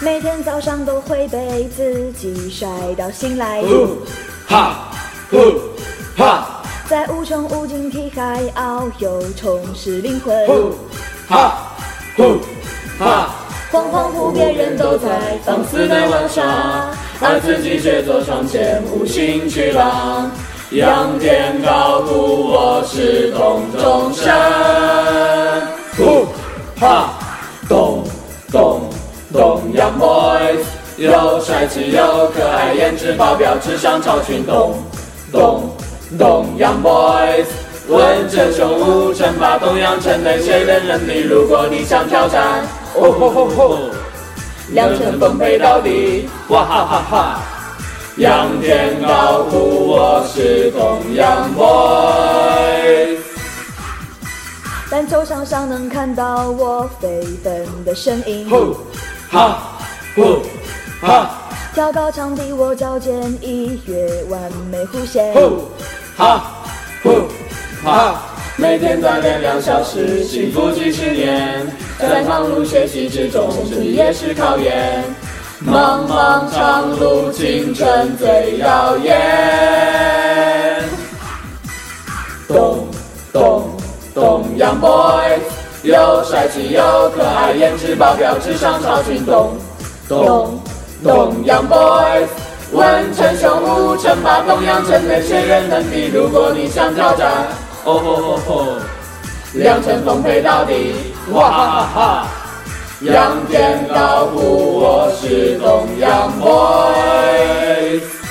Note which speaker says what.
Speaker 1: 每天早上都会被自己晒到醒来，
Speaker 2: 呼哈呼哈
Speaker 1: 在无穷无尽题海遨游，充实灵魂。
Speaker 2: 呼哈呼哈，
Speaker 1: 恍恍惚，别人都在放肆的玩耍，而自己却坐窗前无心去浪。仰天高呼，我是洞中生。
Speaker 2: 呼哈咚咚咚阳 boys，又帅气又可爱，颜值爆表，智商超群，咚咚咚阳 boys。文成雄武称霸东阳城内谁能任你？如果你想挑战，哦吼吼吼，
Speaker 1: 两拳
Speaker 2: 丰
Speaker 1: 奉
Speaker 2: 沛
Speaker 1: 陪
Speaker 2: 到
Speaker 1: 到
Speaker 2: 底
Speaker 1: 底，
Speaker 2: 哇哈哈哈！仰天高呼，我是东阳 boys。
Speaker 1: 但球场上能看到我飞奔的身影。
Speaker 2: 吼哈吼哈
Speaker 1: 跳高场地，我脚尖一跃，完美弧线。
Speaker 2: 吼哈吼哈！每天锻炼两小时，幸福几十年，在忙碌学习之中，身体也是考验。茫茫长路，青春最耀眼。咚咚咚阳 boy，又帅气又可爱，颜值爆表，智商超群，咚咚咚阳 boy。文成雄武，称霸东阳城内，谁人能敌？如果你想挑战，哦吼吼吼，两城奉陪到底，哇哈哈哈！仰天高呼，我是东阳 boy。